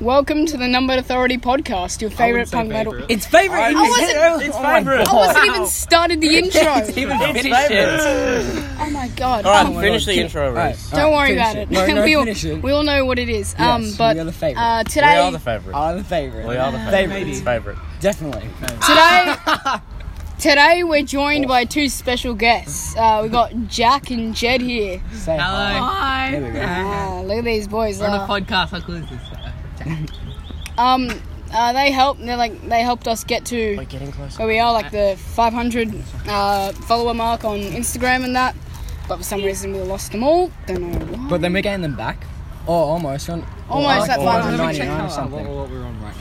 Welcome to the Numbered Authority podcast, your favorite say punk metal. favourite. It's favorite. I intro. wasn't- It's Oh my favorite. I wasn't even started the It's intro. even finished favorite. it. oh my god. All right, Um, finish the intro, Reese. don't worry about it. No, no, we, all, finish it. we all know what it is. um, Yes, but we are the favourite. uh, We today, are the favorite. I'm the favorite. we are the favorite. favorite. It's favorite. Definitely. today, today we're joined by two special guests. Uh, we got Jack and Jed here. Say hi. There Hi. we go. Ah, look at these boys. We're on uh, a podcast. How cool is this? Uh, um, uh, they helped. They like they helped us get to We're getting closer. where we are, like the 500 uh, follower mark on Instagram and that. But for some reason, we lost them all. Don't know why. But then we're getting them back. Or almost. Or Almost, that's or fine. on Let me check 99 or What, something. what we're on right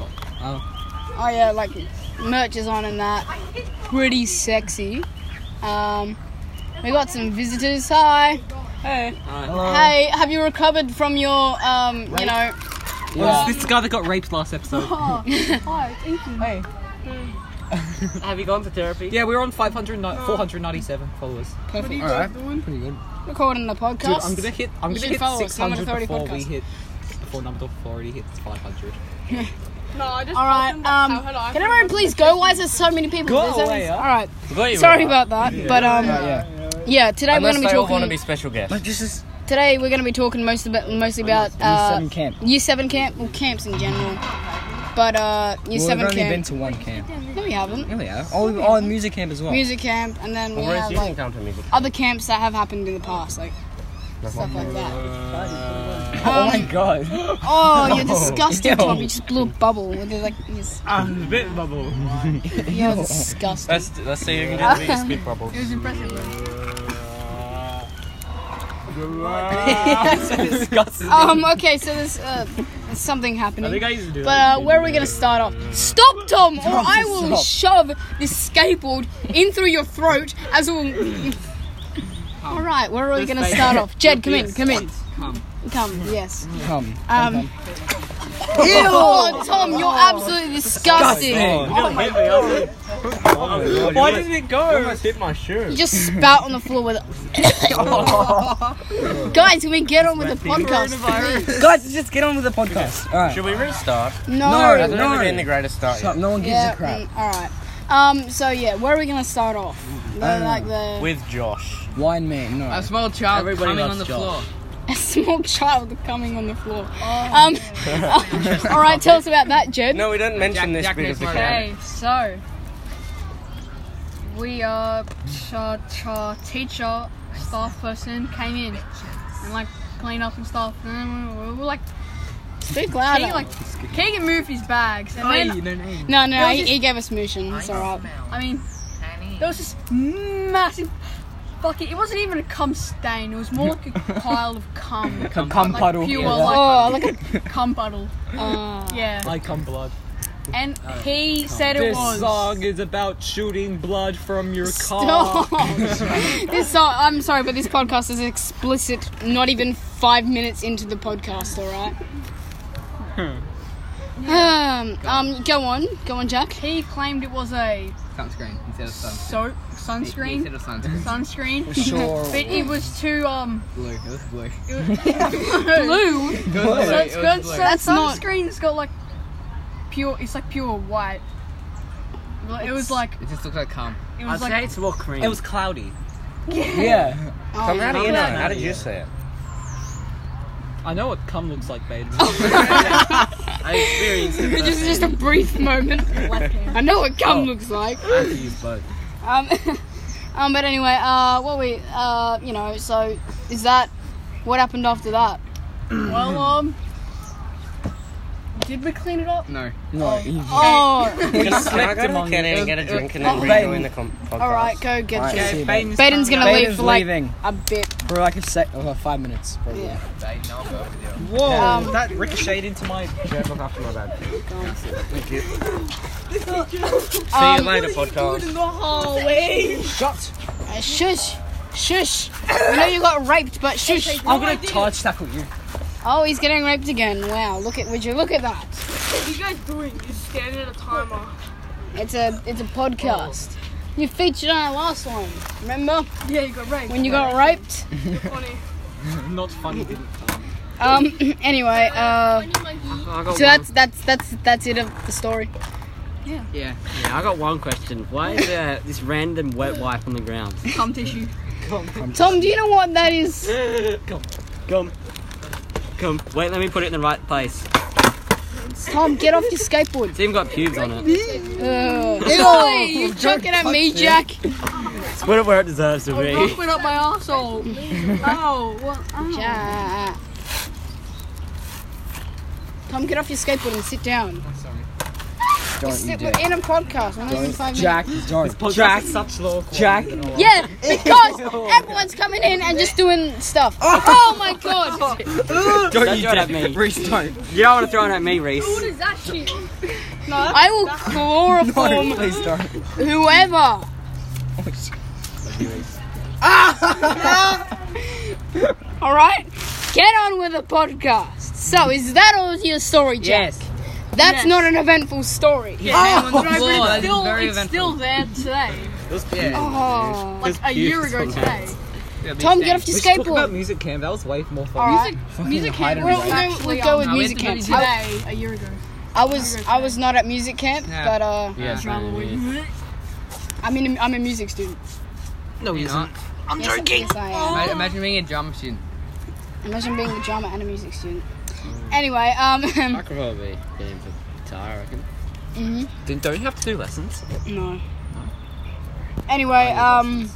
now. Oh yeah, like merch is on and that. Pretty sexy. Um, we got some visitors. Hi. Hey. Hello. Hey, have you recovered from your um, you know? Yeah. this guy that got raped last episode. Have you gone to therapy? yeah, we were on 500, 497 followers. Perfect. All right. Pretty good. Recording the Dude, podcast. I'm gonna hit. I'm You gonna should hit follow us, number 600 authority before we podcast. hit. Before number authority hits 500. No, I just. All right. Um, can everyone please go? Why is there so many people? Go There's only- away, huh? All right. Got you, Sorry Will. about that. But Right, um, yeah. yeah. Today we're Unless gonna be they all want to talking. be special guests. Like this is Today we're gonna be talking most about mostly about year uh, seven camp. year seven camp, well camps in general. But uh, year Well, we've seven only been camp. to one camp. No, we haven't. Yeah, we have. Oh, we- oh, and music camp as well. Music camp, and then we Well, Reese, have you can like come to music. other camps that have happened in the past, like stuff like that. oh my god. Oh, you're disgusting, Ew. Tom. You just blew a bubble. It was like yes, Um, bit bubble. you're disgusting. Let's let's see who can get the biggest spit bubbles. It was impressive. so disgusting. Um. Okay. So there's uh, there's something happening. I used to do But uh, where are we gonna start off? Stop, Tom, or I will shove this skateboard in through your throat as will. All right, where are we gonna start off? Jed, come in, come in, Come. come. Yes. Come. Um. Ew, oh, Tom, you're absolutely disgusting. Why didn't it go? almost hit my You shoe. just spout on the floor with. Guys, can we get on with the podcast? please? Guys, let's just get on with the podcast. All right. Should we restart? No. Hasn't No. ever been the greatest start Shut up, yet. No one gives Yeah. mm, a crap. All right. Um. So yeah, where are we gonna start off? I The, don't like know. the With Josh. Wine man, no. A small child Everybody coming loves on the Josh. floor. a small child coming on the floor. Um, all right, tell us about that, Jed. No, we didn't mention this Jack- Jack bit of the knows my camp. Okay, so we are cha cha teacher staff person came in and like clean up and stuff. And then we were like, Speak Keegan, louder. like Keegan moved his bags, and Hey, no then name. no, no, It was he, just- he gave us motion. It's all right. I mean, there was this massive bucket. It wasn't even a cum stain. It was more like a pile of cum, Come, come like puddle. pure Yeah. like Oh, look at cum puddle. uh, Yeah, I come blood. and he said it uh, This was. song is about shooting blood from your car. stop. this so, I'm sorry, but this podcast is explicit. Not even five minutes into the podcast. All right. Um, um, go on, go on, Jack. He claimed it was a Sunscreen instead of sun. soap Yeah, sunscreen. Instead of sunscreen. Sunscreen. Sure. But it was too um Blue. It was blue. blue. It was blue. So it's it got was so blue. That's not- sunscreen's got like pure. It's like pure white. Like, It was like It just looks like cum. it was like it's more cream. It was cloudy. Yeah. Tom, how do you know? yeah. How did you say it? I know what cum looks like, babe. I experienced it. It was just a brief moment. Oh. I know what cum looks like. Um, um, but anyway, uh, what we, uh, you know, so is that what happened after that? well um. Did we clean it up? No. No. you- Oh, Can I- can I slipped go to the among canteen you. and get a drink and Oh, then babe. rejoin the com- podcast? all right, go get Alright, your. see you, babe. Baden's gonna leave Baden's for like leaving a bit. for like a sec, oh, five minutes. Probably. Yeah. Whoa, Um, that ricocheted into my. Jack, look after my bag. Thank you. See you Um, later, podcast. Oh, Shut. uh, shush, shush. I know you got raped, but shush. I'm gonna charge tackle you. Oh, he's getting raped again. Wow, look at would you look at that? You guys doing? You standing at a timer. It's a it's a podcast. Oh. You featured on our last one. Remember Yeah, you got right. when you got raped? funny. Not funny. Didn't. Um. Anyway. Uh. I got So that's that's that's that's it of the story. one. Yeah. yeah, I got one question. Why is uh, this random wet wipe on the ground? Cum tissue. Tom, do you know what that is? Come, come, come. Wait, let me put it in the right place. Tom, get off your skateboard. It's even got pubes on it. Ugh. Oi, you chucking at me, Jack? Put it where it deserves to Don't be. put up my asshole. Ow. What? Ow. Jack. Tom, get off your skateboard and sit down. Don't you Sit, do we're it. in a podcast. We're not even Don't. five Jack, don't. Jack, such low quality. Jack. minutes. Yeah, because everyone's coming in and just doing stuff. Oh my god. Don't throw it at me. Reese, don't. You don't want to throw it at me, Reese. What is that shit? I will chloroform No, please don't. whoever. All right, get on with the podcast. So, is that all your story, Jack? Yes. That's Yes. not an eventful story. Yeah, But Oh, it's Lord, that is still, very it's still there today. Yeah. Oh. Like a year ago today. Tom, get off your We should talk about skateboard. music camp. That was way more fun. All right. Music camp We'll, was we'll, actually we'll go with on music camp. I, today, a year ago. I was I was not at music camp, Yeah. but uh, Yeah, Drama yeah. week. I mean I'm a music student. No, you're not. I'm joking. Yes, I am. Ima- Imagine being a drum student. Imagine being a drama and a music student. Anyway, um, I could probably get into guitar, I reckon. mhm, Don't, don't you have to do lessons? no. Anyway, um,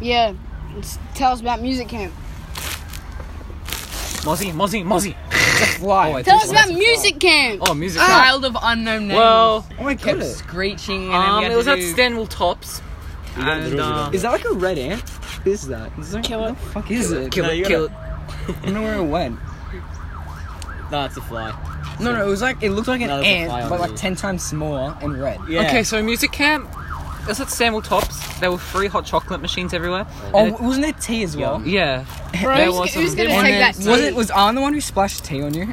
yeah. s- Tell us about music camp. Mozzie, Mozzie, Mozzie. Fly. Tell us about music camp. Ah, Oh, music. Child of unknown name. Well, Oh my kept goodness. screeching and um, then it we was had to at do- Stanwell Tops. And, uh, Is that like a red ant? What is that? Kill it. What the fuck is it? Kill it, kill it. I don't know where it went. No, it's a fly. No, no, it was like it looked like an No, that's a fly ant, but on like you. ten times smaller and red. Yeah. Okay, so music camp. It was at Samuel Tops. There were free hot chocolate machines everywhere. Oh, And it- wasn't there tea as well? yeah. Bro, There who's, was who's some- gonna And take then- that? was tea? it was Arn the one who splashed tea on you?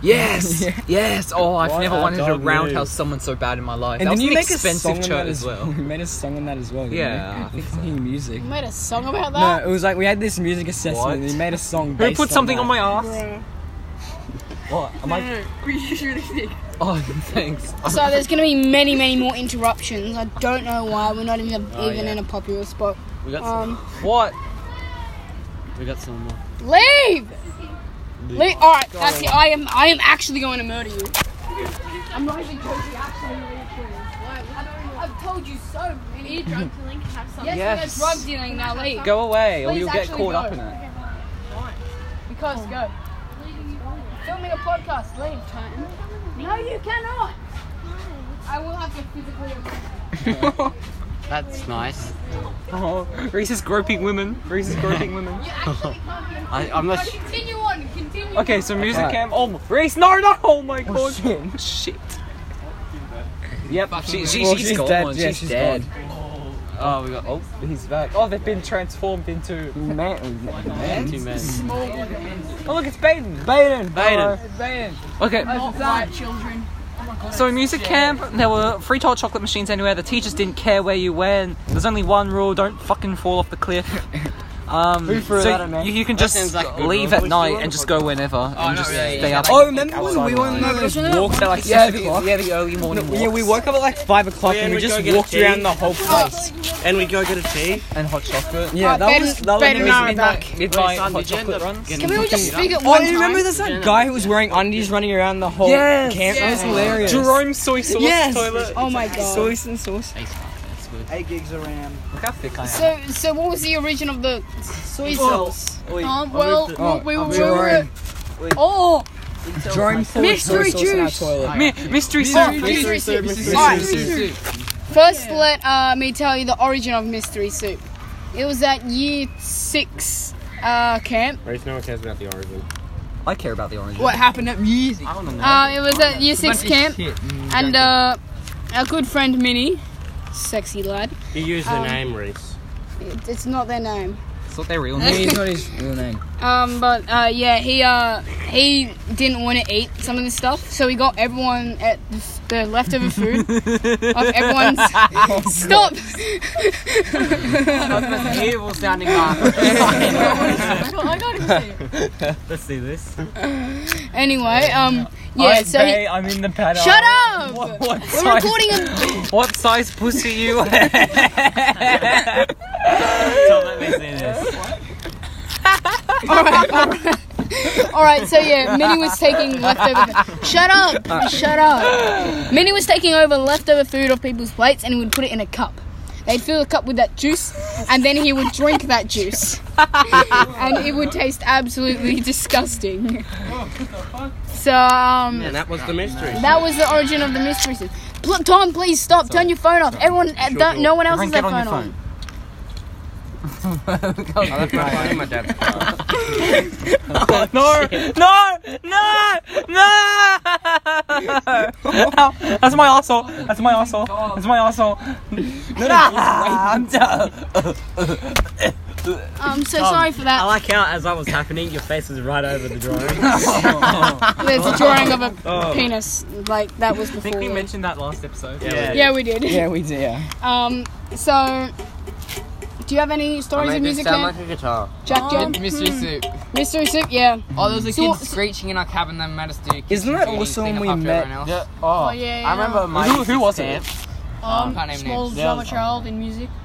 Yes. Yeah. Yes. Oh, I've What never a wanted to dog roundhouse move. someone so bad in my life. And that then was you an make a song expensive on shirt that as well. We made a song on that as well. didn't Yeah, I we? think so. fucking music. You made a song about No, that. it was like we had this music assessment and What? we made a song. Who Based put something on, my that. ass? Bruh. What? Am I? We should shoot this thing. Oh, thanks. So there's gonna be many, many more interruptions. I don't know why we're not even Oh, even yeah. in a popular spot. We got some. Um, What? We got some more. leave. Leave. All right, that's it. I am. I am actually going to murder you. I'm not even joking. Actually, I'm really serious. Why? I've told you so many. drug dealing can have some. Yes, Yes. we're drug dealing now. Leave. Go away, or Please you'll get actually caught go. up in it. Because go. Filming a podcast. Leave, Titan. No, you cannot. I will have to physically. That's nice. Oh, Reese is groping women. Reese is groping women. You actually can't. be- I, I'm not. No, Continue on. Continue. Okay, so music Okay. camp. Oh, Reese, no, no! Oh my god. Oh, shit. Shit. Yep, she, she, Well, Oh, she's, she's gone. dead. Yeah, she's, she's dead. Oh, we got. Oh, he's back. Oh, they've been transformed into. Man, Two men. Oh, look, it's Baden. Baden. Baden. Baden. Okay, Not white children. so in music camp, there were free tall chocolate machines anywhere. The teachers didn't care where you went. There's only one rule: don't fucking fall off the cliff. Um, Who threw so that at me? you, you can That just sounds like a good leave rule. at night and just go whenever and not just really. stay Yeah, up. Oh, remember when we went on those Wasn't it- walks at like six yeah, the, o'clock? yeah, the early morning Yeah, we woke up at like five o'clock Yeah, and we we just go get a walked tea. around the whole place. And we go get a tea. and hot chocolate. Yeah, Alright, that was Baden- that was Baden and I are midnight- back. Midnight Wait, son, hot did you end chocolate up runs. getting- Can we all just speak at Oh, one you remember time? there's that guy who was wearing undies running around the whole Yes. camp? That was Oh, hilarious. Jerome soy sauce Yes. toilet. Oh my god. Sauce and sauce. That's good. Eight gigs of RAM. Look how thick I am. So, so what was the origin of the soy sauce? Um, well, Oh, we were, we were, Jerome. oh, Jerome poured soy Mystery sauce in our juice. toilet. Mi- mystery Oh, soup. mystery soup. mystery Alright. soup. First, let uh, me tell you the origin of mystery soup. It was at year six uh, camp. Reese, no one cares about the origin. I care about the orange. What happened at music? I want to know. Uh, it was at year six camp, and uh, our good friend Minnie, sexy lad. you used um, the name, Reese. It, it's not their name. It's not their real Yeah, name. he's not his real name. Um, but uh, yeah, he uh, he didn't want to eat some of this stuff, so he got everyone at the f- the leftover food of everyone's. Stop! Evil sounding laugh. I got- I gotta go see it. Let's see this. anyway, um, yeah, I'm so he, bae, I'm in the paddock. shut up! What, what We're size? recording a What size pussy you? Tom, let me see this. All right, so yeah, Minnie was taking leftover. Shut up! Shut up! Minnie was taking over leftover food off people's plates, and he would put it in a cup. They'd fill the cup with that juice, and then he would drink that juice, and it would taste absolutely disgusting. So um, And that was the mystery. that was the origin of the mysteries. Pl- Tom, please stop! Turn your phone off. Everyone, uh, don't, no one else Everyone has their get phone on on. your phone. I left my phone in my dad's car. No, no, no, no! Ow, That's my asshole. That's my asshole. That's my asshole. Ah, I'm done. I'm Um, so sorry for I that. like how, as that was happening, your face was right over the drawing. There's a drawing of Oh. a penis like that was before. that last episode. Yeah. yeah, we did. Yeah, we did. Yeah. Um, so, do you have any stories of music, man? a guitar. Jack Um, John? Mystery soup. Mystery Soup, yeah. hmm. Oh, there was a So- kid screeching in our cabin. They made us do. kitchen Isn't that duties, awesome clean we up after met- everyone else. Yeah. Oh, Oh, yeah, yeah. I remember my Who- who was it? sixth Um, Can't even small name. drama child in music. dance,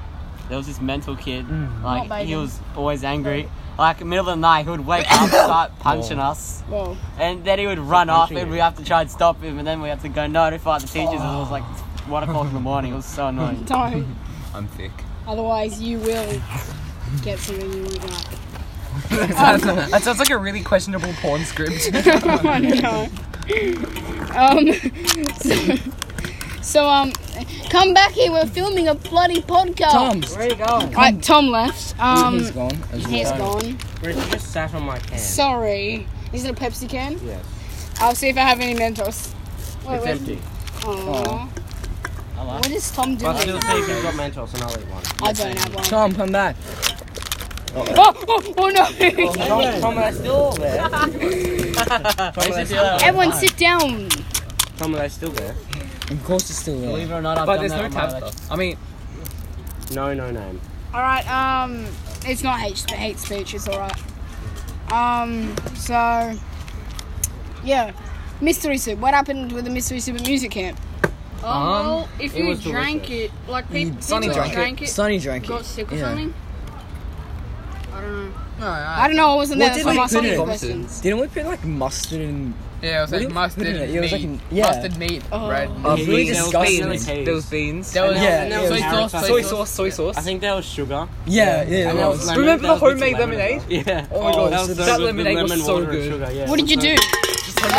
There was this mental kid. Not Like baby. he was always angry. Like middle of the night, he would wake up, start punching us, Whoa. and then he would run off, punching and you. we have to try and stop him, and then we have to go notify the teachers. And it was like one o'clock in the morning. It was so annoying. Don't. I'm thick. Otherwise, you will get something you would not. That sounds like a really questionable porn script. oh, no. Um, so, so, um, come back here. We're filming a bloody podcast. Tom's. Where are you going? Right, Tom left. Um, he's gone. As he's gone. Richard just sat on my can. Sorry. Is it a Pepsi can? Yes. I'll see if I have any Mentos. Wait, It's wait. empty. Aw. What is Tom doing? But still see if you've got Mentos and I'll eat one. I don't have one. Tom, come back. Oh, oh, oh no! Tom, Tom, are they still there? Tom, are they still there? Everyone sit down. Tom, are they still there? Of course it's still there. Believe it or not, I've But done there's that no on my tab elec- stuff. I mean, No, no name. All right. Um, it's not hate, sp- hate speech. It's all right. Um, so yeah, mystery soup. What happened with the mystery soup at music camp? Um, well, if it you was drank it, like peop- people, Sonny that drank it. drank it, Sonny drank got it. sick or Yeah. something. I don't know. no, I I, don't know. I wasn't What there. That's did why we my put son's in? questions. Didn't we put like mustard and yeah, it was What like did- mustard, didn't it? It was like meat, an- yeah. mustard, meat, uh, Oh. bread. Oh, Yeah, really there was disgusting. beans. There was beans. There was- yeah, there soy, was sauce, carrots. soy sauce, soy sauce, I think there was sugar. yeah, yeah. And it that was. was lemon. Remember the That was homemade lemonade. Yeah. Oh my god, that was so so that good with lemonade was lemon so water and good. Sugar. Yeah, What did you So-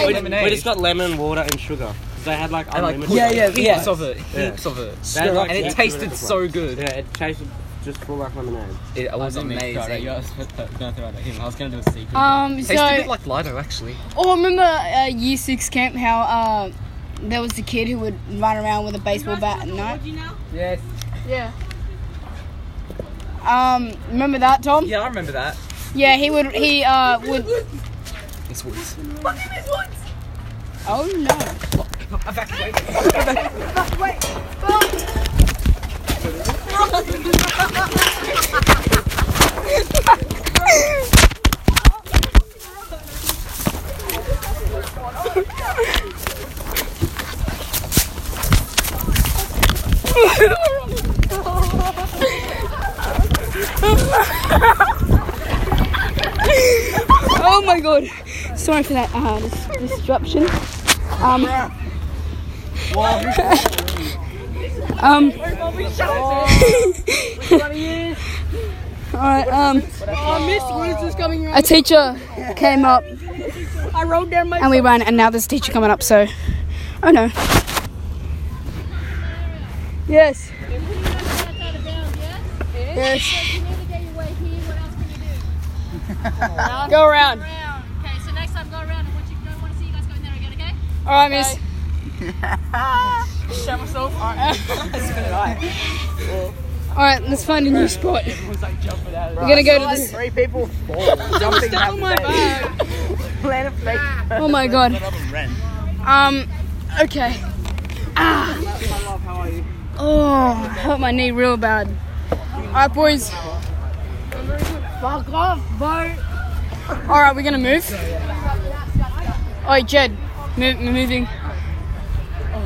do? lemonade. We just got lemon water and sugar. They had like like, unlimited. yeah, yeah, Heaps yeah. of it, heaps of it, They had, like, and it heaps of tasted different so ones. good. Yeah, it tasted just full like lemonade. It was amazing. I was going to do a secret. Um, Tasted a bit so like Lido actually. oh, remember uh, year six camp how uh. There was the kid who would run around with a baseball bat at night. Yes. Yeah. Um, remember that, Tom? Yeah, I remember that. Yeah, he would. He uh would. It's Woods. Oh no! Oh my god! Sorry for that uh, dis- disruption. Um. um. All right. Um. A teacher came up. I rolled down my. And we ran, and now there's a teacher coming up. So, oh no. Yes. Yes. Go around. Okay, so next time go around and what you don't want to see, you guys go in there again, okay? All right, miss. Show myself. All right. All right, let's find a new spot. We're gonna go to this. Three people fall. Jumping out my bag. Planet fake. Oh my god. Um. Okay. Ah. Oh, I hurt my knee real bad. All right, boys. Fuck off, bro. All right, we're gonna move. All right, Jed, move, moving. Oh,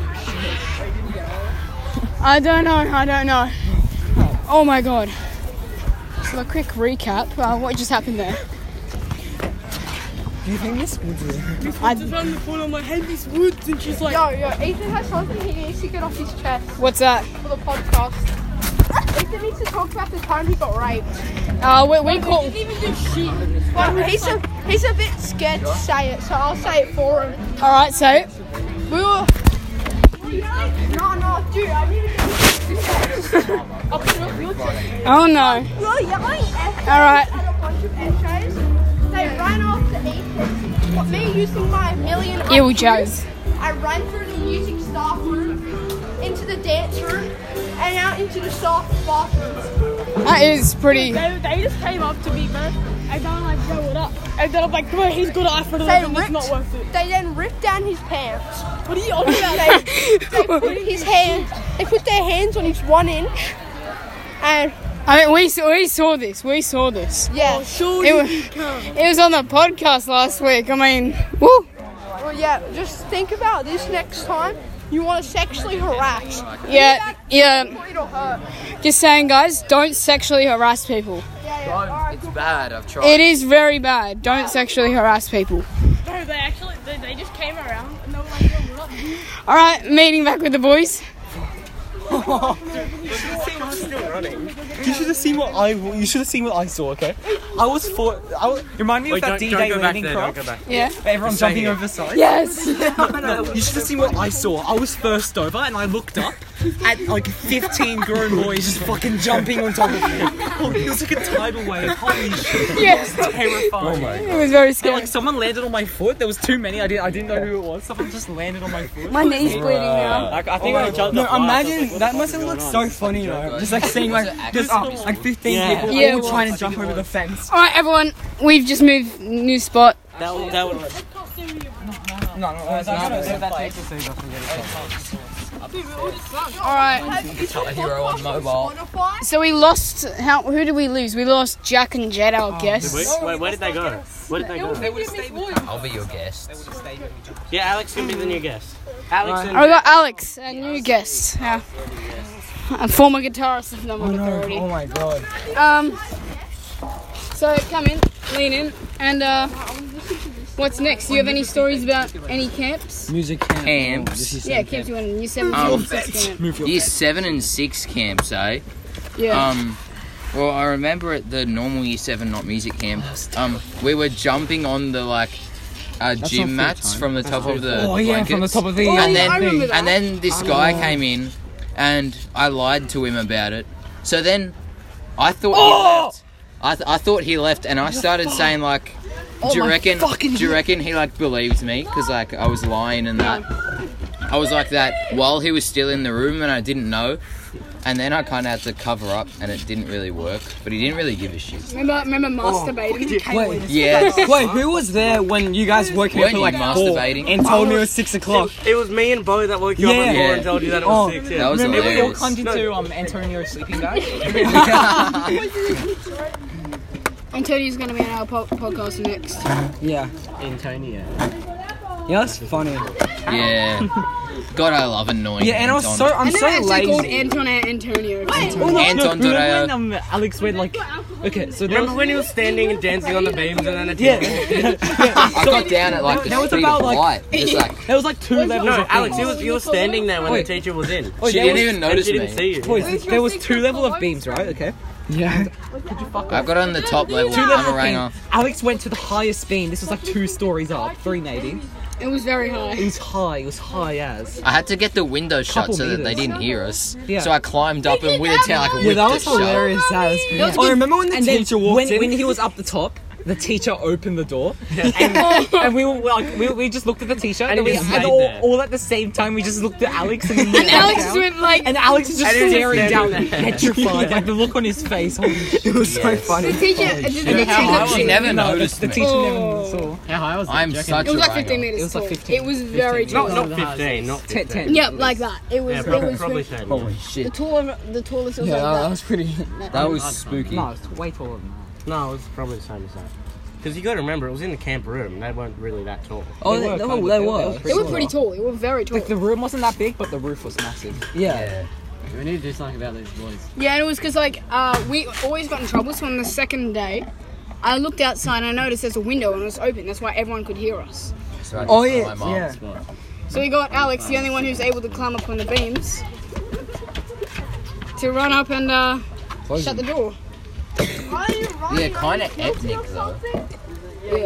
I don't know. I don't know. Oh my god. So a quick recap. Uh, what just happened there? Yo, yo, Ethan has something he needs to get off his chest What's that? for the podcast. Ethan needs to talk about the time he got raped. Uh, we, we call. Well, he's a he's a bit scared to say it, so I'll say it for him. All right, so we were. No, no, dude, I need to Oh no! You're yelling essays Alright. and a bunch of essays. They ran after Ethan. But me using my million Ew, IQ, Joe's. I ran through the music staff room, into the dance room, and out into the staff bathrooms. That is pretty. They, they just came up to me, man, and they were like, yo, what up? And then I'm like, come on, he's gonna ask for the They and it's not worth it. They then ripped down his pants. What are you on about? They put his hand they put their hands on his one inch and I mean, we saw, we saw this. We saw this. Oh, yeah. It was, it was on the podcast last week. I mean, woo! Well yeah, just think about this next time. You wanna sexually harass. Yeah, yeah. It'll hurt. Just saying, guys, don't sexually harass people. Yeah, yeah. Alright, It's bad. I've tried. It is very bad. Don't sexually harass people. Bro, they actually, they, they just came around and they were like, yo, what up? All right, meeting back with the boys. You should have seen what I. You should have seen what I saw. Okay, I was for. I was, remind me of that D-Day landing craft. Yeah. Everyone Stay jumping here. over the side. Yes. You should have seen what I saw. I was first over and I looked up at like 15 grown boys just fucking jumping on top of me. Oh, it was like a tidal wave. Holy shit. Yes. Terrifying. It was very Yeah, scary. like someone landed on my foot. There was too many. I didn't. I didn't know who it was. Someone just landed on my foot. My knee's bleeding now. I, I think Oh, I jumped No, off once, I was imagine like, that what must the have fuck looked is so going funny though. Joke. Just like seeing Was like it just actually uh, something? like fifteen Yeah. people Yeah, it all trying to was. jump over the fence. All right, everyone. We've just moved new spot. on? That, that would. No, no, no, All right. Hero on mobile. So we lost. How? Who did we lose? We lost Jack and Jed, our guests. Wait, wait, where did they go? Where did they go? I'll be your guest. Yeah, Alex can be the new guest. Alex Oh, we and. got Alex, a new guest. Yeah. A former guitarist of Number Authority. Oh my god. Um. So come in, lean in, and uh, what's next? Do you have any stories about any camps? Music camp. Amps. Yeah, camps you went in. You seven Oh, camps, six camp. Year seven and six camps, eh? Yeah. Um, well, I remember at the normal year seven, not music camp. Um, we were jumping on the like uh, gym mats from the top of the Oh yeah, from the blankets. top of the. Oh, and yeah, then I remember that. and then Oh. this guy came in, and I lied to him about it. So then I thought Oh! he left. I, th- I thought he left, and I started saying like, Oh "Do you reckon? Do you reckon he like believed me? Because like I was lying and that. I was like that while he was still in the room, and I didn't know. And then I kind of had to cover up, and it didn't really work. But he didn't really give a shit. remember, remember Oh, masturbating? Wait, Yeah, wait, who was there when you guys woke me up Weren't at you like four masturbating? and told me it was six o'clock? It was me and Bo that woke you up Yeah. at four Yeah. and told you that it was Oh. six. that Yeah. was Remember we all hilarious. climbed into um, Antonio's sleeping bag. Antonio's gonna be on our po- podcast next. Yeah. Antonio. Yeah, that's funny. Yeah. God, I love annoying. Yeah, and I was Anton. so I'm and so they're actually called lazy. Anton and Antonio. Oh, no, Anton no, Dorea. remember when um, Alex went like okay, so there was, Remember when he was standing and dancing on the beams and then a yeah, I got down at like the that was speed about, of like- light. It's like there was like two levels. No, of Alex, beams. you was you were standing there when Wait. the teacher was in. Wait, she there didn't was- even notice and she me. didn't see you. Boys, there was two level of beams, right? Okay. Yeah. I got on the top level. Two level I'm a of ranger. beams. Alex went to the highest beam. This was like two stories up, three maybe. It was very It high. was high. It was high as. I had to get the window shut Couple so that they meters. didn't hear us. Yeah. So I climbed up and with a tail like whipped Yeah, that it was shut. hilarious. That was Oh, I remember when the And then teacher walked when- in. when he was up the top, the teacher opened the door, and, and we were like, we, we just looked at the teacher, and, And he we, just and stayed all, there. all at the same time, we just looked at Alex, and, and Alex just went like, and Alex is just And he was just staring down, standing there. petrified, like the look on his face. Holy shit. It was so funny. the teacher. uh, did the teacher- How I never noticed The me. teacher never Oh. saw. How high was that? I'm Do you reckon? such It was like a 15 writer. meters. It was tall. like 15, It was very tall. Not, not 15, not 15. Yep, like that. It was. Yeah, it probably, was probably fif- 13. Holy the shit. tallest. The tallest was Yeah, like that that. was pretty. That was spooky. No, it's way taller than that. No, it's probably the same as that. Because you got to remember, it was in the camp room. They weren't really that tall. Oh, they, they, were, they were. They were pretty tall. They were very tall. Like the room wasn't that big, but the roof was massive. Yeah. We need to do something about these boys. Yeah, and it was because like uh, we always got in trouble. So on the second day, I looked outside and I noticed there's a window and it was open. That's why everyone could hear us. So I Oh, just saw yeah, my mom. yeah. So we got Alex, the only one who's able to climb up on the beams, to run up and uh, shut the door. Why are you running? Yeah, Are kind you of guilty ethnic of though. something? Yeah. Yo,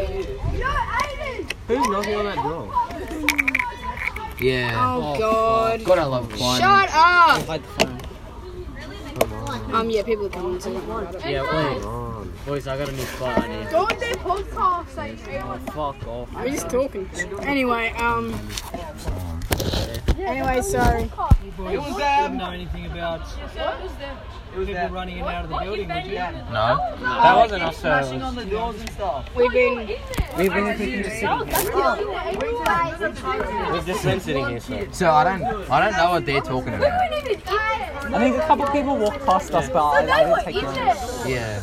Aiden! Who's knocking on that door? Yeah. Oh God. God, I love climbing. Shut up. Um. Yeah, people are coming. So don't worry about it. Yeah, wait. Boys, I got a new spot idea. Go on their podcast, Aiden. Fuck off. We're just talking. Anyway. Um. Anyway, sorry. It was um. Know anything about? It was people running in and out of the building. Would you? No. That wasn't us. Smashing uh, on the doors and stuff. We've been. We've been sitting We've just been sitting here, so. So I don't, I don't know what they're talking about. I think a couple of people walked past us, but I, I didn't take notice. Yeah.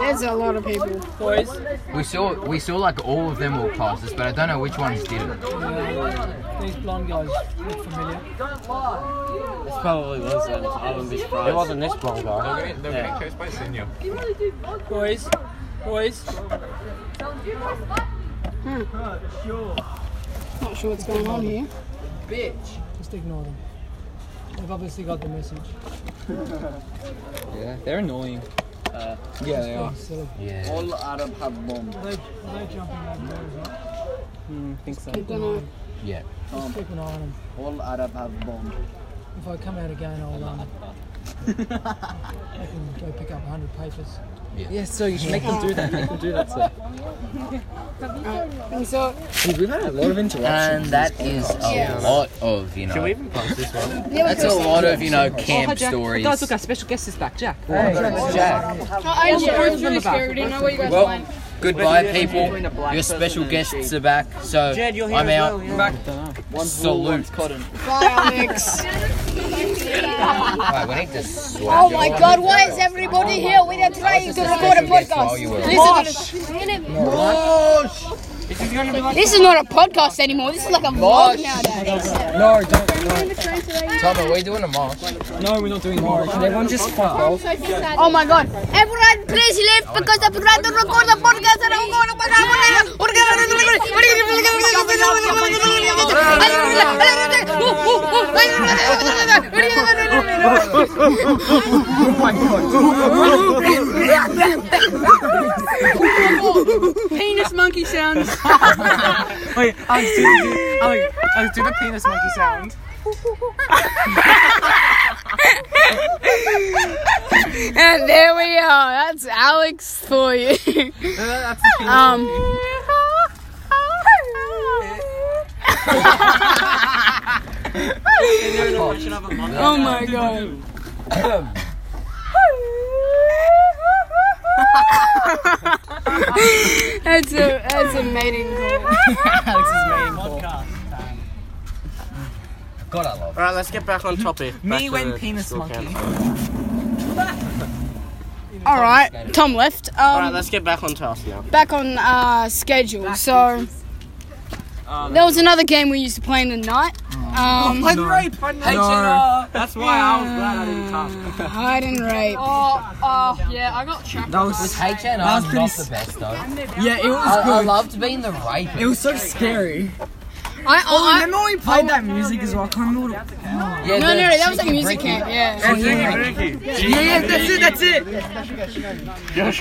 There's a lot of people. Boys, We saw, we saw like all of them walk past us, but I don't know which ones didn't. these blonde guys look familiar. This probably was um, them. I wouldn't be surprised. It wasn't this blonde guy. Yeah. Boys, boys. Not sure what's going on here. Just ignore them. They've obviously got the message. Yeah, they're annoying. Yeah, they are. Yeah. Are they, are they jumping out of doors? Right? Hmm, think so. I don't know. Yeah. Just keep an eye on them. All Arab have bombed. If I come out again, I'll um, I can go pick up 100 papers. Yeah, so you should make them do that. Make them do that. So. And so Dude, we've had a lot of And interactions. that is a lot of, you know. even post this one? That's a lot of, you know, camp stories. Guys, look, our special guest is back, Jack. Jack. I just both was of them really are back. scared. I didn't know what you guys were Well, like. goodbye, But you- people. between a black Your person special and a guests sheep. are back, so Jed, you're here I'm as out. well, yeah. Salute. Bye, Alex. Right, we need to swap. oh my God! Why is everybody here? We are trying to record a podcast. This is, this is not a podcast anymore. This is like a vlog Mosh. nowadays. No, don't. Tom, are we doing a march? No, we're not doing more. Can everyone just fuck off? Oh my God! Everyone, please leave because I'm trying to record a podcast and I'm going to. Penis monkey sounds. Wait, Alex, do, do, Alex, Alex, do the penis monkey sound. And there we are. That's Alex for you. um. oh my god. that's a that's a mating call. God, I love Alright, let's get back on topic. Back Me to when the penis school monkey. camp. All right, Tom left. Alright, Um, let's get back on task now. back on uh, schedule. So there was another game we used to play in the night. Um, That's why I was glad I didn't task. hide and rape. Oh, oh, yeah, I got trapped. That it. Was was. was HNR not pretty the best, though? I, Yeah, it was I good. loved being the rapist. It was so scary. I, Oh, I, Remember when we played that music as well? I can't remember what it Yeah, No, no, the no, that was like cheeky music bricky. camp, yeah. Yeah, yeah, that's it, that's it.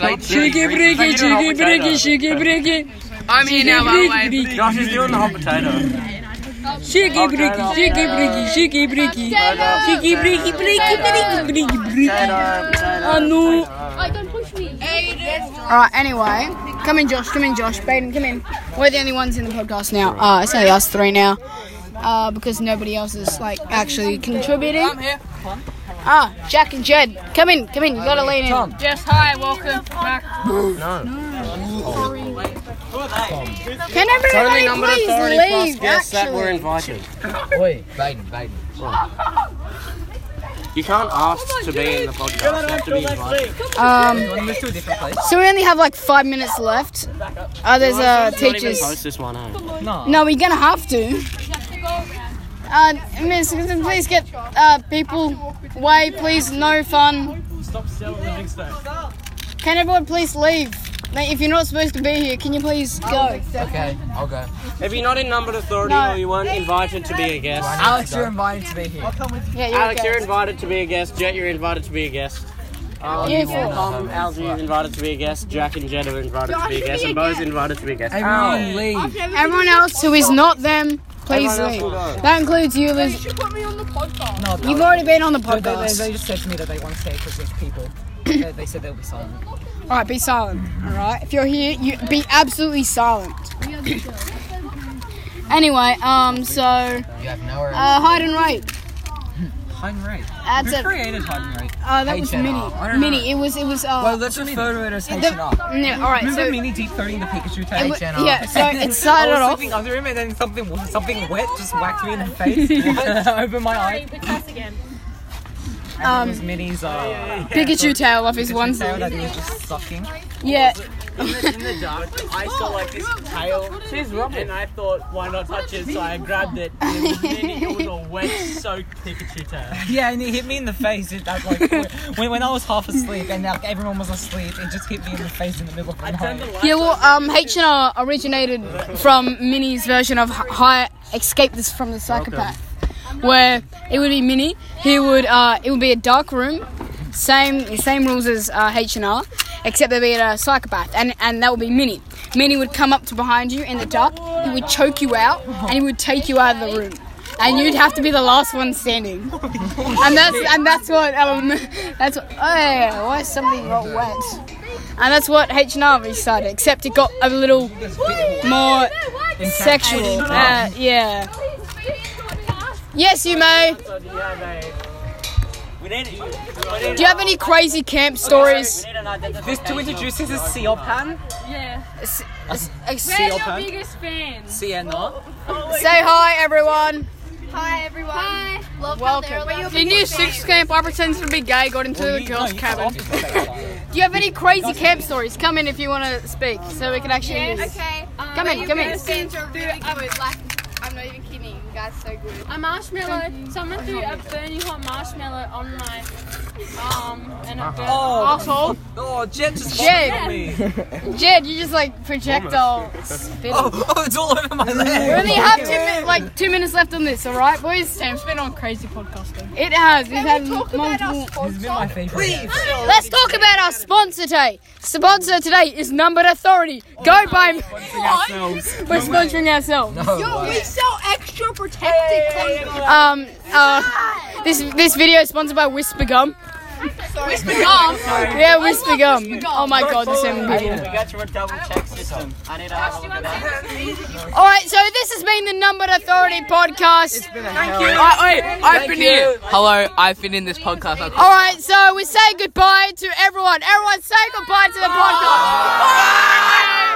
Like, Shiggy briggy, shiggy briggy, shiggy briggy. I'm here now, by the way. Josh is doing the hot potato. Shiggy briggy, shiggy briggy, shiggy briggy. Shiggy briggy, briggy, briggy, briggy, briggy. Potato, potato. Anu. Hey, don't push me. Alright, anyway. Come in, Josh. Come in, Josh. Baden, come in. We're the only ones in the podcast now. Uh, it's only us three now, uh, because nobody else is like actually contributing. I'm here. Ah, Jack and Jed, come in, come in. You gotta lean in. Jess, hi, welcome back. Can everybody please leave? actually? invited. Oi, Baden, Baden. You can't ask to be in the podcast. You have to be invited. Um, You want to move to a different place? So we only have like five minutes left. Uh, there's uh, teachers. Post this one, eh? No. No, we're gonna have to. Uh, miss, can you please get uh, people away, please. No fun. Stop selling the big stuff. Can everyone please leave? Like, if you're not supposed to be here, can you please go? Okay, I'll go. If you're not in number authority No. or you weren't invited to be a guest. Alex, you're invited to be here. Yeah, you're Alex, okay. you're invited to be a guest. Jet, you're invited to be a guest. Um, Yeah, sure. Tom, Algie is invited to be a guest. Jack and Jed are invited to be a guest. And Bo's invited to be a guest. Everyone Ow. leave. Everyone else who is not them, please Everyone else leave. will go. That includes you, Liz. should You've put me on the podcast. No, they- already been on the they- They, they podcast. just said to me that they want to stay because there's people. they, they said they'll be silent. All right, be silent. All right, if you're here, you be absolutely silent. Anyway, um, so uh, You have nowhere hide and rape. Hide and rape. That's Who it. created hide and rape? Uh, that was H&R. I mini. don't Mini. It was. It was. Uh, Well, let's refer to it as the- Yeah. All right. Remember So mini deep throating the Pikachu It tag? wa- yeah, so it started I was off- sleeping under him and then something something wet just whacked me in the face. What? Over my eye. Um, Um, his minis are Pikachu tail off his one tail that side. he was just sucking. Yeah. In the, in the dark, I saw like this tail. She's rubbing. And I thought, why not touch it? So I grabbed it. And it was mini. It was a wet, soaked Pikachu tail. Yeah, and it hit me in the face. It, that, like when, when I was half asleep and like everyone was asleep, it just hit me in the face in the middle of the night. Yeah. Well, um, H and R originated from Mini's version of hi- hi Escape this from the psychopath, where it would be Mini. He would. Uh, it would be a dark room. Same same rules as uh, H and R, except there'd be a psychopath, and and that would be Mini. Mini would come up to behind you in the dark. He would choke you out, and he would take you out of the room. And you'd have to be the last one standing. and that's and that's what um that's what, oh yeah, why is something got wet? And that's what H and R restarted, except it got a little more sexual. Uh, yeah. Yes, you may. So do you have a? We need. We need Do you have any crazy camp stories? We need an identification. This to introduce this is Seopan. Yeah. S- s- ex- We're your Seopan. biggest fans. Sienna. Say hi, everyone. Hi everyone. Hi. Love Welcome. The new sixth camp I pretends to be gay got into the girls' cabin. cabin. Do you have any crazy camp stories? Come in if you want to speak, so we can actually. use- Okay. Um, Come in, you come in. guys' fans are really good. Like, I'm not even kidding. You guys are so good. A marshmallow. Someone threw a burning hot marshmallow on my arm and it burned. Oh, Asshole. oh, Jet just Jed. vomited at me. Jed, you just like projectile spit. Oh, oh, it's all over my leg. We only have two min- like two minutes left on this, alright boys? Sam's been on crazy podcasting. It has. We've Can had we talk about multiple. our sponsor? My favorite. Let's talk about our sponsor today. Sponsor today is Numbered Authority. Go by We're sponsoring ourselves. Yo, we sell extra protective clothing. Um, uh, this this video is sponsored by Whisper Gum. Whisper gum. Yeah, Whisper Gum. Oh my god, the same I video. need to go through a double check system. I need to have a look at that. All right, so this has been the Numbered Authority podcast. Thank you. I, have been here. Hello, I've been in this podcast. I- All right, so we say goodbye to everyone. Everyone, say goodbye to the podcast. Bye.